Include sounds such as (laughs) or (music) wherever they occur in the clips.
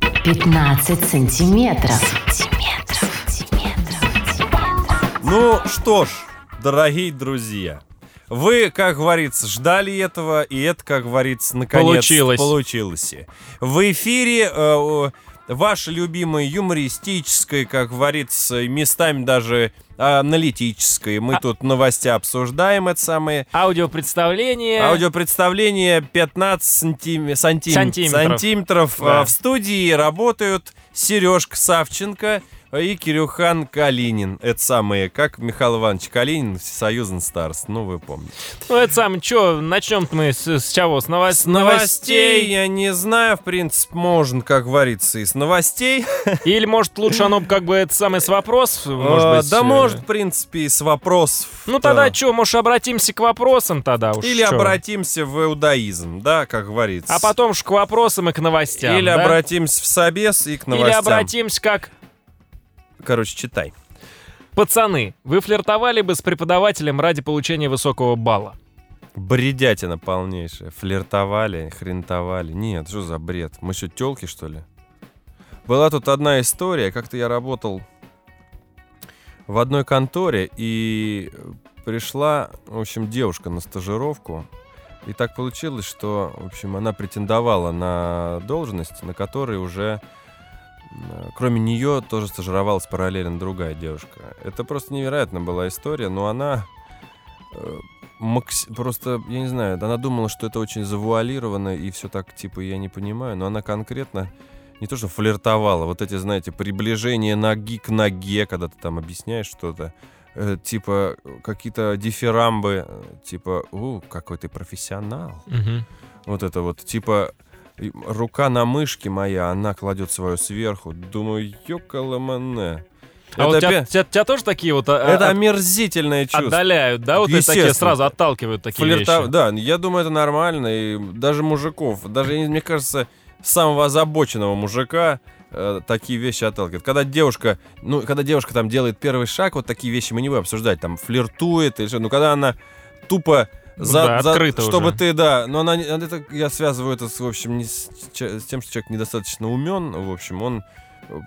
15 сантиметров. Ну что ж, дорогие друзья, вы, как говорится, ждали этого, и это, как говорится, наконец Получилось. получилось. В эфире э, ваше любимое юмористическое, как говорится, местами даже аналитическое. Мы тут новости обсуждаем, это самое. Аудиопредставление. Аудиопредставление 15 сантим- сантим- Сантиметров. сантиметров. Да. А, В студии работают Сережка Савченко и Кирюхан Калинин. Это самые, как Михаил Иванович Калинин, Всесоюзный старост. Ну, вы помните. Ну, это самое, что, начнем мы с, с чего? С, новос- С новостей, я не знаю, в принципе, можно, как говорится, и с новостей. Или, может, лучше оно как бы это самое с вопросов? А, Может быть, да, э, может, в принципе, и с вопросов. э, Ну тогда что, может, обратимся к вопросам тогда уж. Или чё? обратимся в иудаизм, да, как говорится. А потом ж к вопросам и к новостям. Или да? обратимся в собес и к Или новостям. обратимся как Короче, читай. пацаны. Вы флиртовали бы с преподавателем ради получения высокого балла? Бредятина полнейшая. Флиртовали, хрентовали. Нет, что за бред? Мы что, телки что ли? Была тут одна история. Как-то я работал в одной конторе, и пришла, в общем, девушка на стажировку. И так получилось, что, в общем, она претендовала на должность, на которой уже, м, кроме нее, тоже стажировалась параллельно другая девушка. Это просто невероятная была история, но она э, макс- просто, я не знаю, она думала, что это очень завуалировано и все так, типа, я не понимаю, но она конкретно не то, что флиртовала, вот эти, знаете, приближения ноги к ноге, когда ты там объясняешь что-то, э, типа какие-то дифирамбы, э, типа, у, какой ты профессионал. Вот это вот, типа, и рука на мышке моя, она кладет свою сверху. Думаю, ёкаламане. А вот тебя, опя- тебя- тебя тоже такие вот а, это а, омерзительное чувство. отдаляют, да? Вот это такие Естественно. сразу отталкивают такие Флирта- вещи. Да, я думаю, это нормально. И даже мужиков, даже, я не- мне кажется, самого озабоченного мужика э, такие вещи отталкивают. Когда девушка, ну, когда девушка там делает первый шаг, вот такие вещи мы не будем обсуждать, там, флиртует или что, ну, когда она тупо за, Да, за- открыто уже. чтобы ты, да, но она, не- это, я связываю это, с, в общем, не с, че- с тем, что человек недостаточно умен, в общем, он э,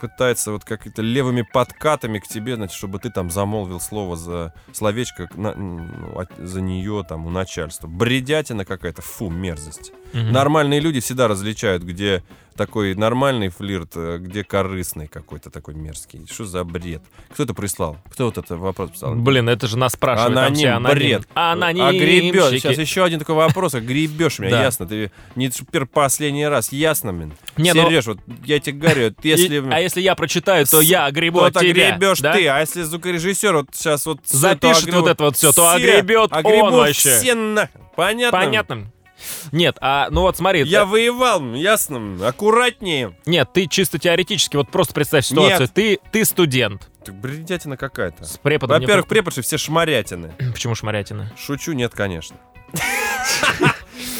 пытается вот как-то левыми подкатами к тебе, значит, чтобы ты там замолвил слово за словечко к на- ну, от- за нее там у начальства. Бредятина какая-то, фу, мерзость. Мгм. Нормальные люди всегда различают, где такой нормальный флирт, э, где корыстный какой-то такой мерзкий. Что за бред? Кто это прислал? Кто вот этот вопрос писал? Блин, это же нас спрашивают. там все Аноним, бред. анонимщики. А гребешь. Сейчас еще один такой вопрос. А гребешь меня, Да. ясно. Ты не теперь последний раз, ясно, блин. Не, ну- Сереж, вот я тебе говорю, вот И- если... а если я прочитаю, то я огребу от Вот тебя. огребешь да? ты, а если звукорежиссер вот сейчас вот всё, то Запишет огребут вот это вот всё, то все, огребет он огребут вообще. все на- Понятно? Понятно? Нет, а ну вот смотри, Я э, воевал, ясно? Аккуратнее. нет, ты чисто теоретически, вот просто представь ситуацию, Нет. ты, ты студент Ты бредятина какая-то. с преподом. мне Во-первых, преподши все шмарятины. пом- Почему шмарятина? Шучу, нет, (laughs) конечно.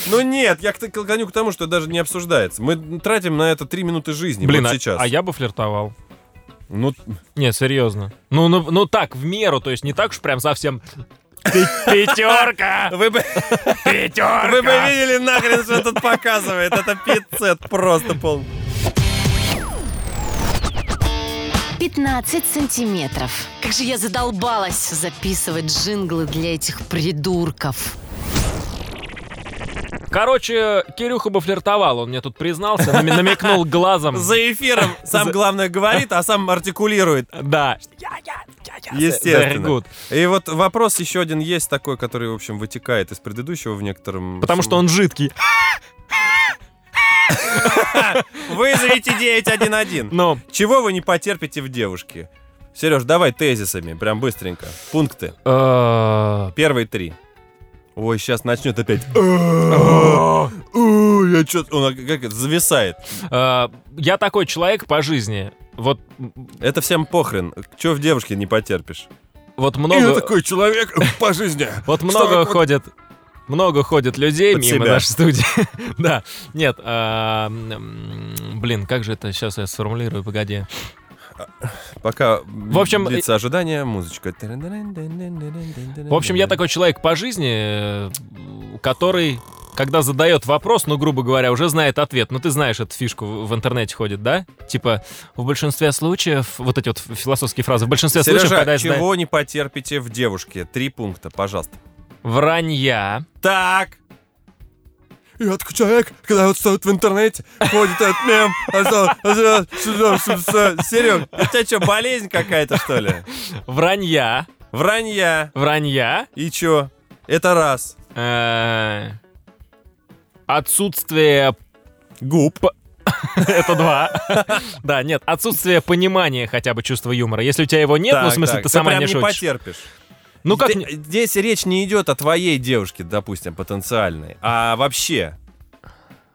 Ну нет, я к- клоню к тому, что это даже не обсуждается. Мы тратим на это три минуты жизни Блин, вот а, сейчас. а я бы флиртовал. Ну, Не, серьезно. Ну, ну, ну так, в меру, то есть не так уж прям совсем... Пятерка! (laughs) вы бы, Пятерка! вы бы видели нахрен, что тут показывает. Это пиццет просто пол. 15 сантиметров. Как же я задолбалась записывать джинглы для этих придурков. Короче, Кирюха бы флиртовал, он мне тут признался, нами- намекнул глазом. За эфиром сам главное говорит, а сам артикулирует. Да. Very Естественно. good. И вот вопрос еще один есть такой, который, в общем, вытекает из предыдущего в некотором... Потому что он жидкий. Вызовите 911. Ну, Чего вы не потерпите в девушке? Сереж, давай тезисами, прям быстренько. Пункты. э, Первые три. Ой, сейчас начнет опять. Ой, я чё- Он как это, зависает. э, я такой человек по жизни. Вот, Это всем похрен. Чего в девушке не потерпишь? вот Я много, такой человек по жизни. вот много вот- ходит, много ходит людей Под мимо себя. нашей студии. (laughs) да, нет, а, м, блин, как же это сейчас я сформулирую, погоди. Пока В общем, длится ожидание, музычка. В В общем, я такой человек по жизни, э, который когда задает вопрос, ну, грубо говоря, уже знает ответ. Ну, ты знаешь эту фишку, в в интернете ходит, да? Типа, в большинстве случаев, вот эти вот философские фразы, в большинстве случаев, когда Сережа, я знаю- чего не потерпите в девушке? Три пункта, пожалуйста. Вранья. Так. И вот человек, когда вот стоит в интернете, ходит этот мем, а Серег, у тебя что, болезнь какая-то, что ли? Вранья. Вранья. Вранья. И чё? Это раз. Э, Отсутствие... Губ. (laughs) Это два. Да, нет, отсутствие понимания хотя бы чувства юмора. Если у тебя его нет, ну, в Так, смысле, так. ты сама прям не не шутишь. потерпишь. Ну, как... Ты- не- Здесь речь не идет о твоей девушке, допустим, потенциальной, а вообще.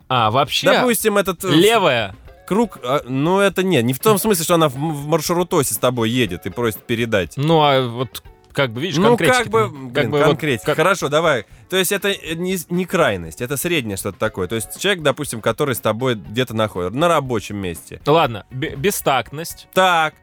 А, вообще... Допустим, этот э, Левая. круг, а, ну это нет, не в том смысле, что она в, в маршрутосе с тобой едет и просит передать. Ну, а вот как бы, видишь, ну как конкретики-то, бы, как блин, бы вот конкретика. как- Хорошо, давай. То есть это э, не, не крайность, это среднее что-то такое. То есть человек, допустим, который с тобой где-то находится, на рабочем месте. Ладно, бе- бестактность. Так.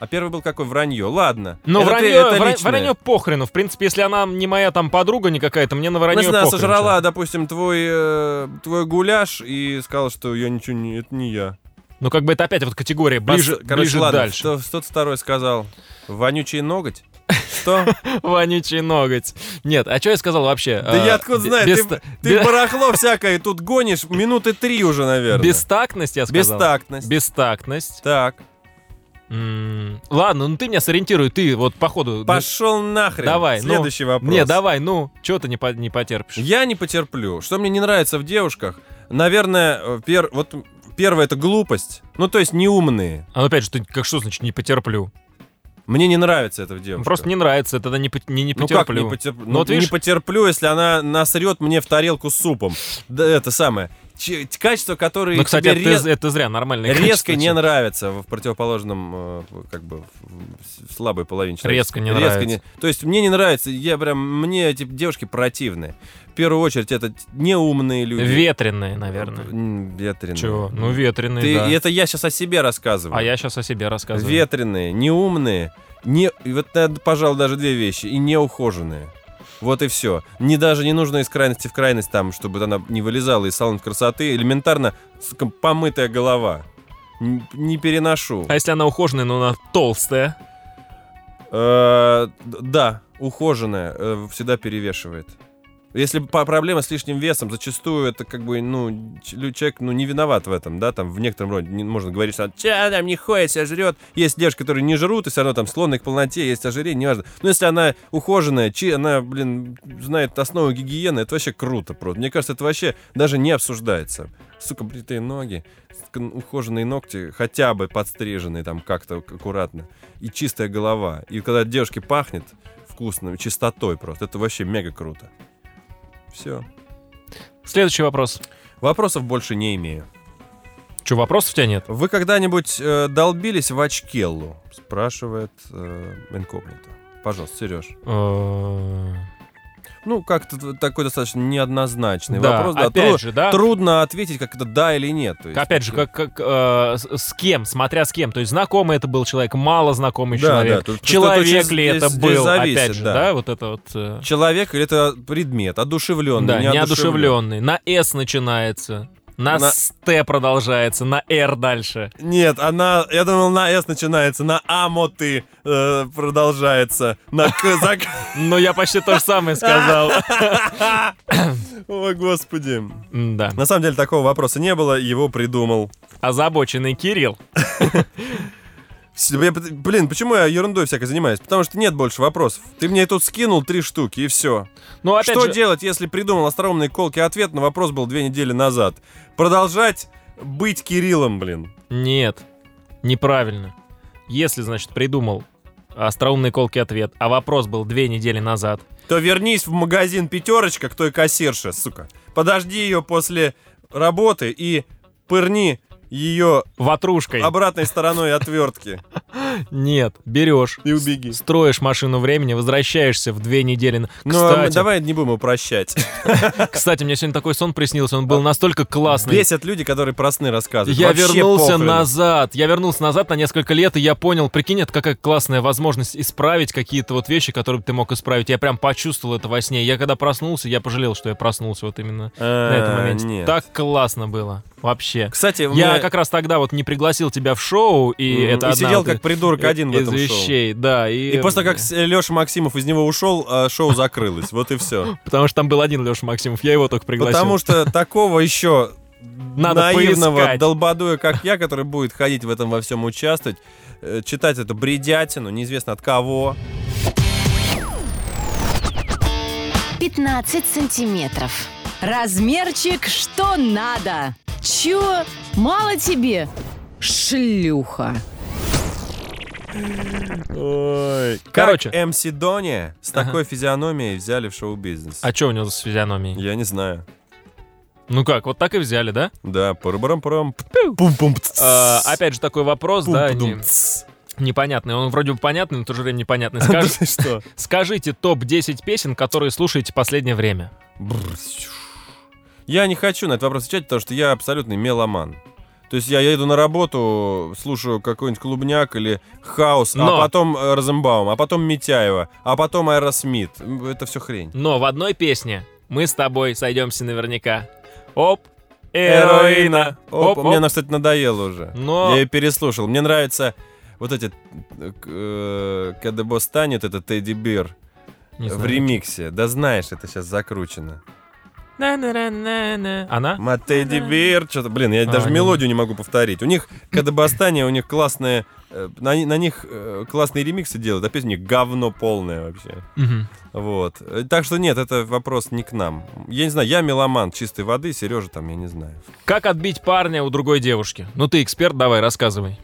А первый был какой? Вранье. Ладно. Ну, Это ты- вранье, это вра- личное. вранье похрену. В принципе, если она не моя там подруга не какая-то, мне на Ну, вранье Если она похрен, сожрала, допустим, твой, э, твой гуляш и сказала, что я ничего не... Это не я. чё. Ну, как бы это опять вот категория ближе, Пос- Короче, ближе ладно, дальше. Что, что-то второй сказал. Вонючий ноготь? (laughs) Что? (laughs) Вонючий ноготь. Нет, а что я сказал вообще? Да А, я откуда бе- знаю? бес- Ты бе- ты барахло всякое тут гонишь минуты три уже, наверное. Бестактность, я сказал. Бестактность. Бестактность. Так. М, Ладно, ну ты меня сориентируй, ты вот походу... Пошел нахрен. Давай, ну. Следующий вопрос. Не, давай, ну, чего ты не, по- не потерпишь? Я не потерплю. Что мне не нравится в девушках? Наверное, э, пер- вот первое это глупость. Ну, то есть неумные. А ну, опять же, ты как что значит не потерплю? Мне не нравится это в девушках. Просто не нравится, тогда не, пот- не, не Ну потерплю. как не потерплю? Ну, Ну, вот не видишь- потерплю, если она насрет мне в тарелку с супом. Да, это самое. Ч- качества, которые Ну, кстати, тебе это, рез- это зря, нормально. резко не нравятся в противоположном, э, как бы, в- в слабой половине человека. Резко не Резко нравится. То есть мне не нравится, я прям, мне эти девушки противные. В первую очередь это т- неумные люди. Ветреные, наверное. М, Ветреные. Чего? Ну, ветреные, Ты- да. Это я сейчас о себе рассказываю. А я сейчас о себе рассказываю. Ветреные, неумные, не, и вот, наверно, пожалуй, даже две вещи, и неухоженные. Вот и все. Не даже не нужно из крайности в крайность там, чтобы она не вылезала из салона красоты. Элементарно сука, помытая голова. Н- Не переношу. А если она ухоженная, но она толстая? Э, д- Да, ухоженная э, всегда перевешивает. Если по- проблема с лишним весом, зачастую это как бы, ну, ч- лю- человек, ну, не виноват в этом, да, там, в некотором роде, не, можно говорить, что «Чё она там не ходит, себя жрет. Есть девушки, которые не жрут, и все равно там слоны к полноте, есть ожирение, неважно. Но если она ухоженная, чи, она, блин, знает основу гигиены, это вообще круто просто. Мне кажется, это вообще даже не обсуждается. Сука, бритые ноги, сука, ухоженные ногти, хотя бы подстриженные там как-то к- аккуратно и чистая голова. И когда от девушки пахнет вкусным, чистотой просто, это вообще мега круто. Все. Следующий вопрос. Вопросов больше не имею. Че, вопросов у тебя нет? Вы когда-нибудь э, долбились в очкеллу? Спрашивает э, инкогнито. Пожалуйста, Сереж. Э, Ну, как-то т- такой достаточно неоднозначный да, вопрос. да. опять Тру- же, да? Трудно ответить, как это да или нет. то есть, Опять же, такие- как, как, э, с, с кем, смотря с кем. То есть знакомый это был человек, мало знакомый Да, да, человек. тут- тут человек здесь- ли это здесь- здесь был, зависит, опять же, да. да. вот это вот... э, Человек или это предмет, одушевленный, да, неодушевленный. неодушевленный. На «С» начинается. На, На- «Т» продолжается, на «Р» дальше. Нет, она, я думал, на С начинается, на Амоты э, продолжается, на К (laughs) зак- Ну, я почти то же (laughs) самое сказал. О, господи. Да. На самом деле такого вопроса не было, его придумал. Озабоченный Кирилл. С- я пот- Блин, почему я ерундой всякой занимаюсь? Потому что нет больше вопросов. Ты мне тут скинул три штуки, и все. Ну, опять Что же, делать, если придумал остроумный колкий ответ на вопрос был две недели назад? Продолжать быть Кириллом, блин. Нет, неправильно. Если, значит, придумал остроумный колкий ответ, а вопрос был две недели назад. То вернись в магазин «Пятерочка» к той кассирше, сука. Подожди ее после работы и пырни ее Ватрушкой. обратной стороной отвертки. Нет, берешь. И убеги. с- Строишь машину времени, возвращаешься в две недели. Ну, а мы- Кстати, давай не будем (laughs) упрощать. кстати, мне сегодня такой сон приснился, он А, был настолько классный. Бесят люди, которые про сны рассказывают. Я А Вообще вернулся похрен. назад. Я вернулся назад на несколько лет, и я понял, прикинь, это какая классная возможность исправить какие-то вот вещи, которые бы ты мог исправить. Я прям почувствовал это во сне. Я когда проснулся, я пожалел, что я проснулся вот именно на этом А, моменте. нет. Так классно было. Вообще. Кстати, у Я меня- как раз тогда вот не пригласил тебя в шоу, и Мгм. это И одна сидел вот как и- придурок один в из этом шоу. вещей, да. И, И после как Леша Максимов из него ушел, а шоу закрылось. Вот и все. Потому что там был один Леша Максимов, я его только пригласил. Потому что такого еще Надо наивного поискать. долбадуя, как я, который будет ходить в этом во всем участвовать, э, читать эту бредятину, неизвестно от кого. 15 сантиметров. Размерчик что надо. Чё? Мало тебе? Шлюха. Короче. Как Э, МС Дони с такой физиономией взяли в шоу-бизнес. А что у него с физиономией? Я не знаю. Ну как, вот так и взяли, да? Да, пурбарам-пурам. Пум-пум. тс. А, опять же такой вопрос, да, Пум-пудум, не- тс. непонятный. Он вроде бы понятный, но в то же время непонятный. (laughs) Да Скаж- ты что? Скажите топ-10 песен, которые слушаете последнее время. Бррр. Я не хочу на этот вопрос отвечать, потому что я абсолютный меломан. То есть я еду на работу, слушаю какой-нибудь клубняк или хаос, а Но. потом э, Розенбаум, а потом Митяева, а потом Аэросмит. М, Это все хрень. Но в одной песне мы с тобой сойдемся наверняка. Оп, Эроина. эроина. Оп, Оп, мне оп. она, кстати, надоела уже. Но- Я ее переслушал. Мне нравится вот эти э, к- э, когда босс станет, это Тедди Бир Не в знаю. ремиксе. Да знаешь, это сейчас закручено. На-на-на-на-на. Она? Матеди Бир, что-то, блин, я А, даже не- мелодию не могу повторить. У них Кадабастания, у них классные, э, на, ни- на них э, классные ремиксы делают, а песня у них говно полное вообще. Мгм. Вот. Э, Так что нет, это вопрос не к нам. Я не знаю, я меломан чистой воды, Сережа там, я не знаю. Как отбить парня у другой девушки? Ну ты эксперт, давай, рассказывай.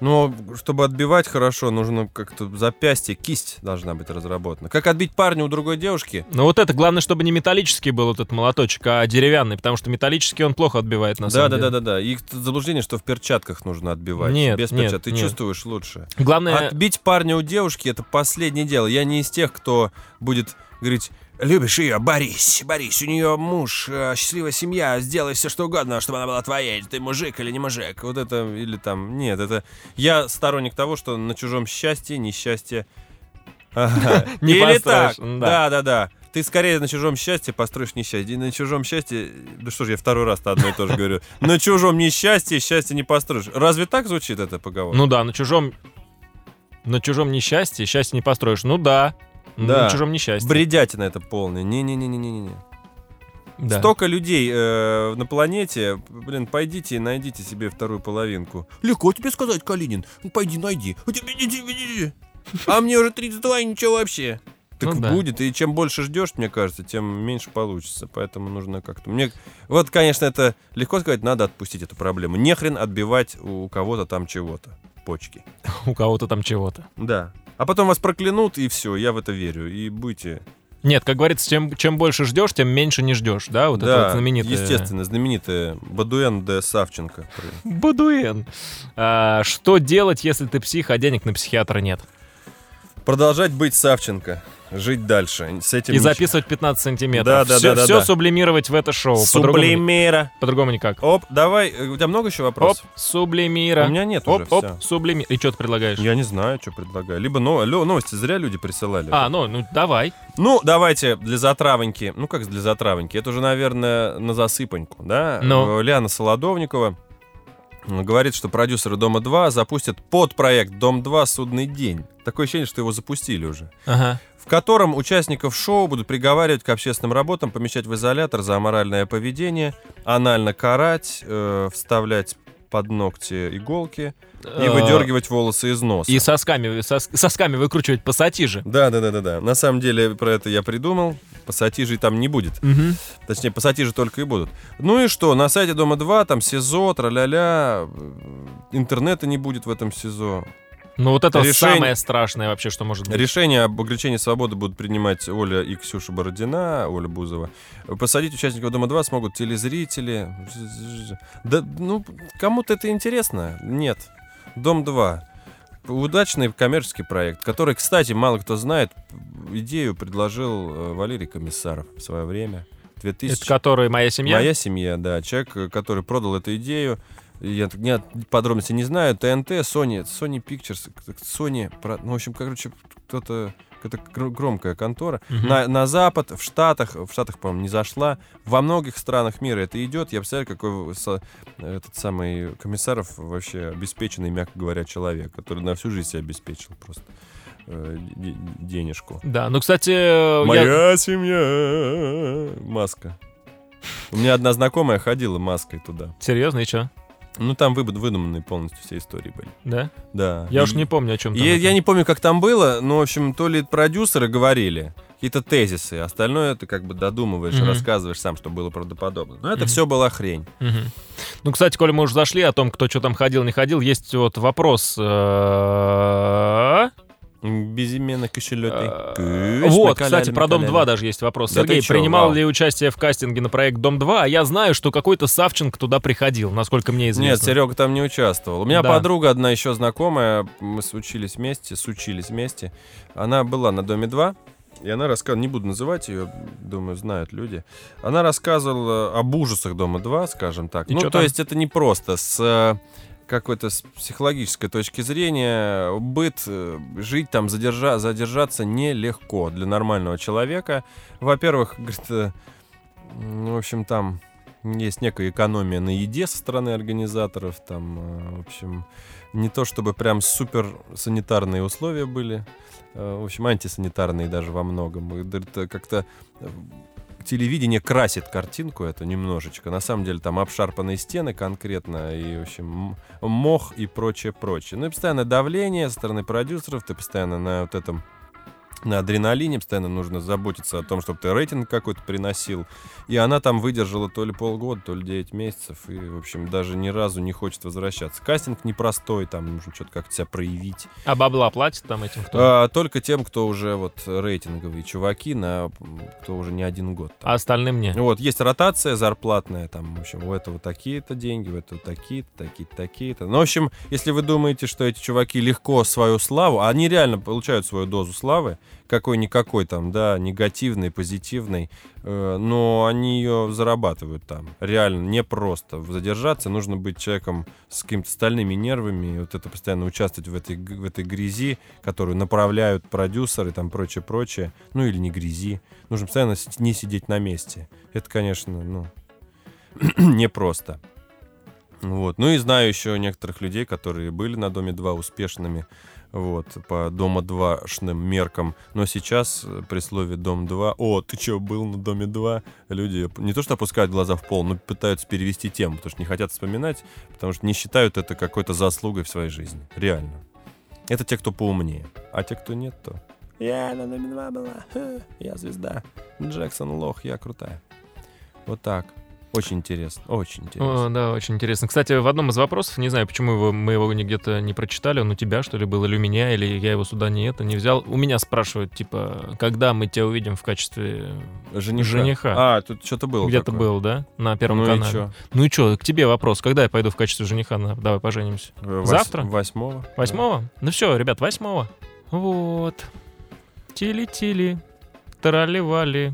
Но чтобы отбивать хорошо, нужно как-то запястье, кисть должна быть разработана. Как отбить парня у другой девушки? Ну вот это, главное, чтобы не металлический был вот этот молоточек, а деревянный, потому что металлический он плохо отбивает на Да, самом да, да, деле. да, да. И заблуждение, что в перчатках нужно отбивать. Нет, без нет, перчаток. Ты нет. чувствуешь лучше. да. Главное, Отбить парня у девушки это последнее дело. Я не из тех, кто будет говорить. Любишь ее, Борис, Борис, у нее муж, э, счастливая семья, сделай все что угодно, чтобы она была твоей, ты мужик или не мужик, вот это, или там, нет, это, я сторонник того, что на чужом счастье, несчастье, (laughs) Ага. (laughs) Не или построишь, так, м-да. да, да, да, ты скорее на чужом счастье построишь несчастье, И на чужом счастье, да что ж, я второй раз-то одно и то же говорю, на чужом несчастье счастье не построишь, разве так звучит эта поговорка? ну да, на чужом... На чужом несчастье счастье не построишь. Ну да, Да. на чужом несчастье. Бредятина это полная. Не-не-не-не-не-не. Да. Столько людей э, на планете. Блин, пойдите и найдите себе вторую половинку. Легко тебе сказать, Калинин. Ну, Пойди, найди. А тебе- иди, иди, иди. А мне уже 32, и ничего вообще. Так Ну да. будет, и чем больше ждешь, мне кажется, тем меньше получится. Поэтому нужно как-то. Мне. Вот, конечно, это легко сказать, надо отпустить эту проблему. Нехрен отбивать у кого-то там чего-то. Почки. У кого-то там чего-то. Да. А потом вас проклянут, и все, я в это верю. И будете Нет, как говорится, чем, чем больше ждешь, тем меньше не ждешь, да? А, Вот это вот знаменитое. естественно, знаменитая Бадуэн де Савченко. Бадуэн. А, что делать, если ты псих, а денег на психиатра нет? Продолжать быть Савченко, жить дальше. С этим И ничего. записывать 15 сантиметров. Да, да, все, да, да, все да. сублимировать в это шоу. По-другому, Сублимера. по-другому никак. Оп, давай, э, у тебя много еще Оп, вопросов? сублимира. А У меня нет Оп, уже, оп, всё. сублими- И что ты предлагаешь? Я не знаю, что предлагаю. Либо но, лё- новости зря люди присылали. А, ну, ну давай. Ну, давайте для затравоньки. Ну, как для затравоньки? Это уже, наверное, на засыпаньку, да? Ну. Э, Лиана Солодовникова м, говорит, что продюсеры «Дома-2» запустят подпроект «Дом-2. Судный день». Такое ощущение, что его запустили уже. Ага. в котором участников шоу будут приговаривать к общественным работам, помещать в изолятор за аморальное поведение, анально карать, э, вставлять под ногти иголки и Э, выдергивать волосы из носа. И сосками, сос- сосками выкручивать пассатижи. Да, да, да, да, да. На самом деле про это я придумал. Пассатижей там не будет. Мгм. Точнее, пассатижи только и будут. Ну и что? На сайте Дома 2 там СИЗО, траля-ля. э, Интернета не будет в этом СИЗО. Ну вот это Решение- самое страшное вообще, что может быть. Решение об ограничении свободы будут принимать Оля и Ксюша Бородина, Оля Бузова. Посадить участников Дома-2 смогут телезрители. Да, ну, кому-то это интересно? Нет. Дом-2. Удачный коммерческий проект, который, кстати, мало кто знает, идею предложил э, Валерий Комиссаров в свое время. 2000... Это который моя семья? Моя семья, да. Человек, э, который продал эту идею. Я так- не- подробности не знаю. ТНТ, Sony, Sony Pictures, к- к- Sony... про- Ну, в общем, короче, кто-то... Это громкая контора. Мгм. На, на Запад, в Штатах, в Штатах, по-моему, не зашла. Во многих странах мира это идет. Я представляю, какой со- этот самый Комиссаров вообще обеспеченный, мягко говоря, человек, который на всю жизнь себя обеспечил просто э, де- денежку. Да, ну, кстати, э, я... Моя семья. Маска. У меня одна знакомая ходила маской туда. Серьезно, и что? Ну, там выб- выдуманные полностью все истории были. Да? Да. Я И- уж не помню, о чем там. Я, это. я не помню, как там было, но, в общем, то ли продюсеры говорили, какие-то тезисы, остальное ты как бы додумываешь, Мгм. рассказываешь сам, что было правдоподобно. Но это Мгм. все была хрень. Мгм. Ну, кстати, коль мы уже зашли о том, кто что там ходил, не ходил, есть вот вопрос. э, М, Безыменно кошелетный. э, Кыш, Вот, накаляли, кстати, про накаляли. Дом-2 даже есть вопрос. Да ты Сергей, чё, принимал вау. ли участие в кастинге на проект Дом-2? А я знаю, что какой-то Савченко туда приходил, насколько мне Нет, известно. Серега там не участвовал. У меня Да. подруга одна еще знакомая, мы случились вместе, сучились вместе. Она была на Доме 2, и она рассказывала, не буду называть ее, думаю, знают люди. Она рассказывала об ужасах Дома 2, скажем так. И ну, чё то там? есть это не просто с э, какой-то с психологической точки зрения быт, э, жить там, задержа- задержаться нелегко для нормального человека. Во-первых, говорит, э, м, в общем, там есть некая экономия на еде со стороны организаторов. Там, э, в общем, не то чтобы прям супер санитарные условия были. э, В общем, антисанитарные даже во многом. И д- это Как-то э, телевидение красит картинку эту немножечко. На самом деле там обшарпанные стены конкретно, и, в общем, м- мох и прочее, прочее. Ну и постоянное давление со стороны продюсеров, ты постоянно на вот этом на адреналине постоянно нужно заботиться о том, чтобы ты рейтинг какой-то приносил. И она там выдержала то ли полгода, то ли 9 месяцев. И, в общем, даже ни разу не хочет возвращаться. Кастинг непростой, там нужно что-то как-то себя проявить. А бабла платит там этим кто? А, только тем, кто уже вот рейтинговые чуваки, на м, кто уже не один год. там. А остальным не. Вот, есть ротация зарплатная, там, в общем, у этого такие-то деньги, у этого такие-то, такие-то, такие-то. Ну, в общем, если вы думаете, что эти чуваки легко свою славу, а они реально получают свою дозу славы, какой-никакой там, да, негативной, позитивной, э, но они ее зарабатывают там. Реально, непросто задержаться, нужно быть человеком с какими-то стальными нервами, и вот это постоянно участвовать в этой, г- в этой грязи, которую направляют продюсеры, там, прочее-прочее, ну, или не грязи. Нужно постоянно с- не сидеть на месте. Это, конечно, ну, (clears throat) непросто. Вот. Ну и знаю еще некоторых людей, которые были на Доме 2 успешными, вот, по Дома 2-шным меркам. Но сейчас э, при слове Дом 2, о, ты че, был на Доме 2? Люди не то что опускают глаза в пол, но пытаются перевести тему, потому что не хотят вспоминать, потому что не считают это какой-то заслугой в своей жизни. Реально. Это те, кто поумнее. А те, кто нет, то... Я на Доме 2 была, Ха, я звезда. Джексон лох, я крутая. Вот так. Очень интересно, очень интересно. О, да, очень интересно. Кстати, в одном из вопросов, не знаю, почему его, мы его где-то не прочитали, он у тебя, что ли, был, или у меня, или я его сюда не это не взял. У меня спрашивают, типа, когда мы тебя увидим в качестве... Жениха. жениха. А, тут что-то было Где-то такое. был, да? На Первом Ну и канале. чё? Ну и что, к тебе вопрос. Когда я пойду в качестве жениха? на- Давай поженимся. Э, вось- Завтра? Восьмого. Восьмого? Ну все, ребят, восьмого. Вот. Тили-тили. Трали-вали.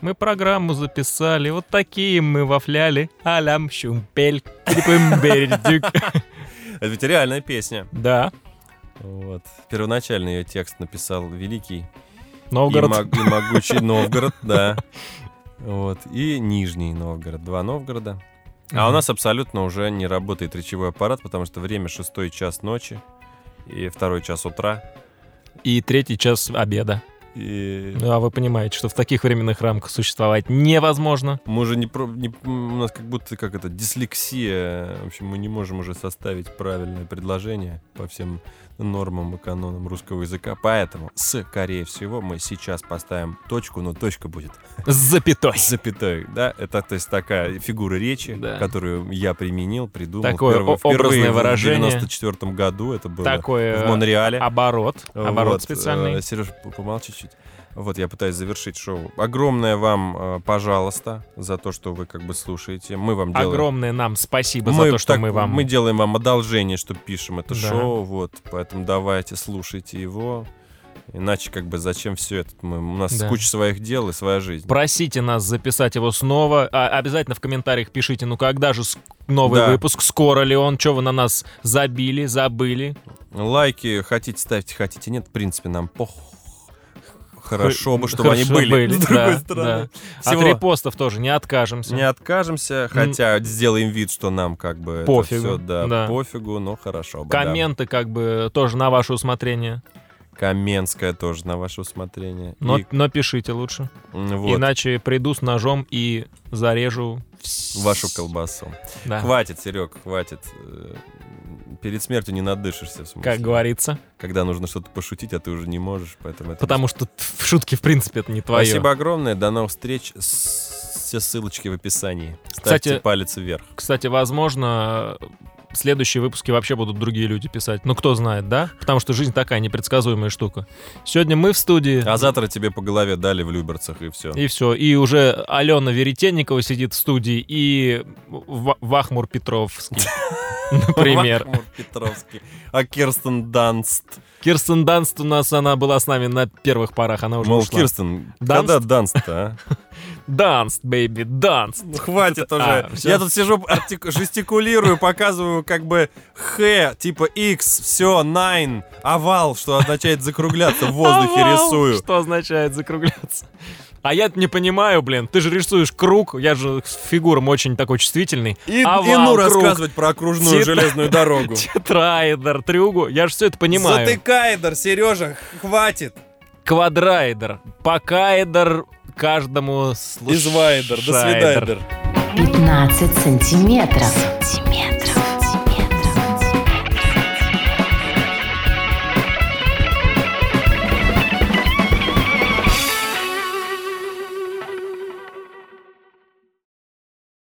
Мы программу записали, вот такие мы вафляли. Алям щумпель, (laughs) крипымбердюк. Да. Это ведь реальная песня. Да, Вот. Первоначально ее текст написал великий Новгород. И, мог- и могучий (laughs) Новгород, да. Вот. И Нижний Новгород. Два Новгорода. А у Мгм. нас абсолютно уже не работает речевой аппарат, потому что время шестой час ночи и второй час утра. И третий час обеда. И Ну, а вы понимаете, что в таких временных рамках существовать невозможно. мы уже не, про- не- У нас как будто как это, дислексия. В общем, мы не можем уже составить правильное предложение по всем нормам и канонам русского языка. Поэтому, скорее всего, мы сейчас поставим точку, но точка будет С запятой. с запятой, да? Это, то есть, такая фигура речи, Да. которую я применил, придумал. Такое впервые- о- образное впервые выражение. В 94 году это было Такое в Монреале. э, оборот. Оборот специальный. э, Сереж, помолчи чуть. Вот, я пытаюсь завершить шоу. Огромное вам, э, пожалуйста, за то, что вы как бы слушаете. Мы вам делаем... Огромное нам спасибо за то, что так- мы вам... Мы делаем вам одолжение, что пишем это Да. шоу, вот. Поэтому давайте, слушайте его. Иначе как бы зачем все это? Мы- у нас Да. куча своих дел и своя жизнь. Просите нас записать его снова. А, обязательно в комментариях пишите, ну когда же ск- новый Да. выпуск, скоро ли он, что вы на нас забили, забыли. Лайки хотите ставьте, хотите нет, в принципе, нам пох. Хорошо бы, чтобы Хорошо они были. (laughs) С другой да, стороны. да. Всего. От репостов тоже не откажемся. Не откажемся, хотя сделаем вид, что нам как бы это Пофигу, всё, да, да. пофигу, но хорошо бы. да. Комменты как бы тоже на ваше усмотрение. Каменская тоже на ваше усмотрение. Но, И, но пишите лучше. м, вот, Иначе приду с ножом и зарежу вс- вашу колбасу. Да, Хватит, Серег, хватит. Э, Перед смертью не надышишься, в смысле. Как говорится. Когда нужно что-то пошутить, а ты уже не можешь, поэтому это... Потому что т- в шутке, в принципе, это не твое. Спасибо огромное, до новых встреч. С- Все ссылочки в описании. Ставьте Кстати- палец вверх. Кстати, возможно, в следующие выпуски вообще будут другие люди писать. Ну, кто знает, да? Потому что жизнь такая непредсказуемая штука. Сегодня мы в студии. А завтра тебе по голове дали в Люберцах, и все. И все. И уже Алена Веретенникова сидит в студии, и Ва- Вахмур Петровский, (laughs) например. Петровский. А Кирстен Данст. Кирстен Данст у нас, она была с нами на первых порах, она уже Мол, ушла. Кирстен, Данст? когда Данст-то, (laughs) а? Данст, бейби, Данст. Ну, Хватит уже. А, всё. Я тут сижу, артик- жестикулирую, показываю как бы Х, типа X, все, nine, овал, что означает закругляться (laughs) в воздухе, Овал, рисую. Что означает закругляться? А я не понимаю, блин, ты же рисуешь круг, я же к фигурам очень такой чувствительный. И, и Овал, ну круг, (laughs) рассказывать про окружную Тит- железную дорогу. Тетраэдр, треугольник, я же все это (laughs) понимаю. Затыкайдер, Сережа, хватит. Квадраэдр, покаэдр каждому слушайдер. Извайдер, до свидания. 15 сантиметров.